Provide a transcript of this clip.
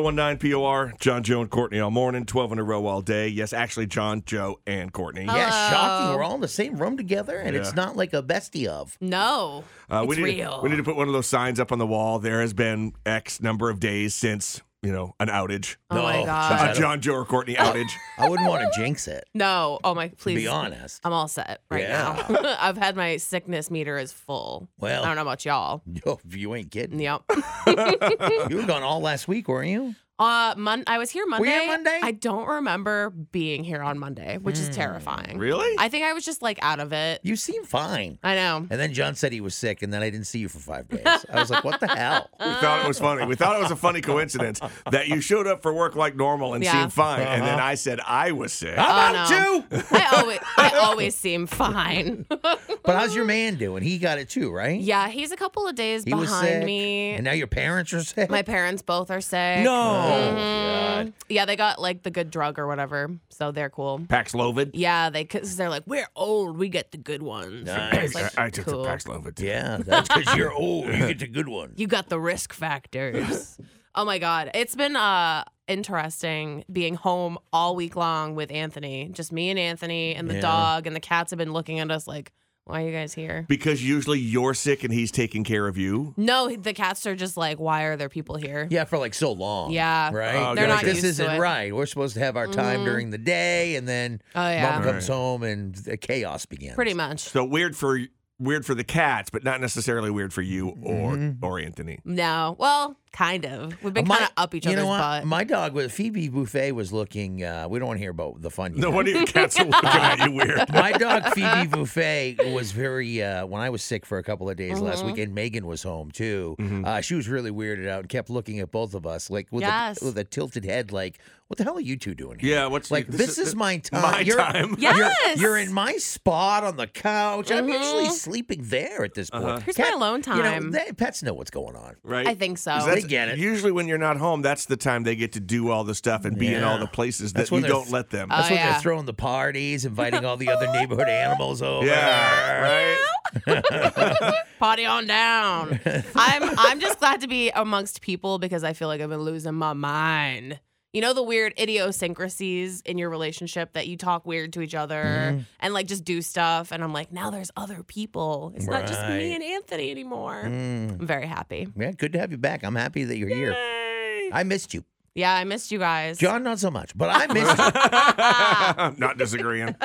1019 POR, John, Joe, and Courtney all morning, 12 in a row all day. Yes, actually, John, Joe, and Courtney. Yeah, Um, shocking. We're all in the same room together, and it's Yeah. not like a bestie of. No. Uh, we it's need real. To, we need to put one of those signs up on the wall. There has been X number of days since you know an outage. Oh my No, gosh. I A don't- John, Joe, or Courtney outage. I wouldn't want to jinx it, No. Oh my to please. be honest. I'm all set right Yeah. now. I've had my sickness meter is full. I don't Well, know about y'all. yo, you ain't kidding. Yep. You were gone all last week, weren't you? Uh, Mon- I was here Monday. Were you here Monday? Hmm. I don't remember being here on Monday, which is terrifying. really? I think I was just like out of it. You seem fine. I know. And then John said he was sick, and then I didn't see you for five days. I was like, what the hell? Oh, we thought it was funny. We thought it was a funny coincidence that you showed up for work like normal and Yeah. seemed fine, and then Uh-huh. I said I was sick. How Oh, about you? I always I always seem fine. But how's your man doing? He got it too, right? yeah, he's a couple of days He was sick. behind me. And now your parents are sick? My parents both are sick. No. Oh Oh, Mhm. Yeah, they got like the good drug or whatever, so they're cool. Paxlovid. Yeah, they cause they're like we're old, we get the good ones. Nice. It's like, I, I took cool. the Paxlovid. Yeah, that's because you're old. You get the good one. You got the risk factors. oh my god, it's been uh interesting being home all week long with Anthony, just me and Anthony and the Yeah. dog and the cats have been looking at us like, why are you guys here? Because usually you're sick and he's taking care of you. No, the cats are just like, why are there people here? Yeah, for like so long. Yeah. Right? Oh, They're Like, not used this to isn't it. Mm-hmm. right. We're supposed to have our time during the day, and then Oh yeah, mom comes Right. home and the chaos begins. pretty much. So weird for weird for the cats, but not necessarily weird for you or Mm-hmm. or Anthony. No, well, kind of. We've been My- kind of up each you other's know what? butt. My dog, with Phoebe Buffet, was looking. Uh, we don't want to hear about the fun. you No had. one even cats are looking at you weird. My dog Phoebe Buffet was very uh, when I was sick for a couple of days Mm-hmm. last week, and Megan was home too. Uh, she was really weirded out and kept looking at both of us, like with, Yes. a, with a tilted head, like, "What the hell are you two doing here?" Yeah, what's Like this, is my time. my you're, time. Yes. Mm-hmm. You're, you're in my spot on the couch. I'm usually sleeping there at this point. Here's my alone You know, time. they- pets know what's going on. right? I think so. 'Cause that's- They get it. Usually, when you're not home, that's the time they get to do all the stuff and be in all Yeah. the places That's that you when they're- don't let them. Uh, That's Oh, when yeah. they're throwing the parties, inviting all the other neighborhood animals over. yeah, right. Potty on down. I'm I'm just glad to be amongst people because I feel like I've been losing my mind. You know the weird idiosyncrasies in your relationship that you talk weird to each other Mm-hmm. and like just do stuff and I'm like now there's other people. It's not just Right. me and Anthony anymore. Mm. I'm very happy. Yeah, good to have you back. I'm happy that you're here. I missed you. Yeah, I missed you guys. John, not so much, but I missed you. not disagreeing.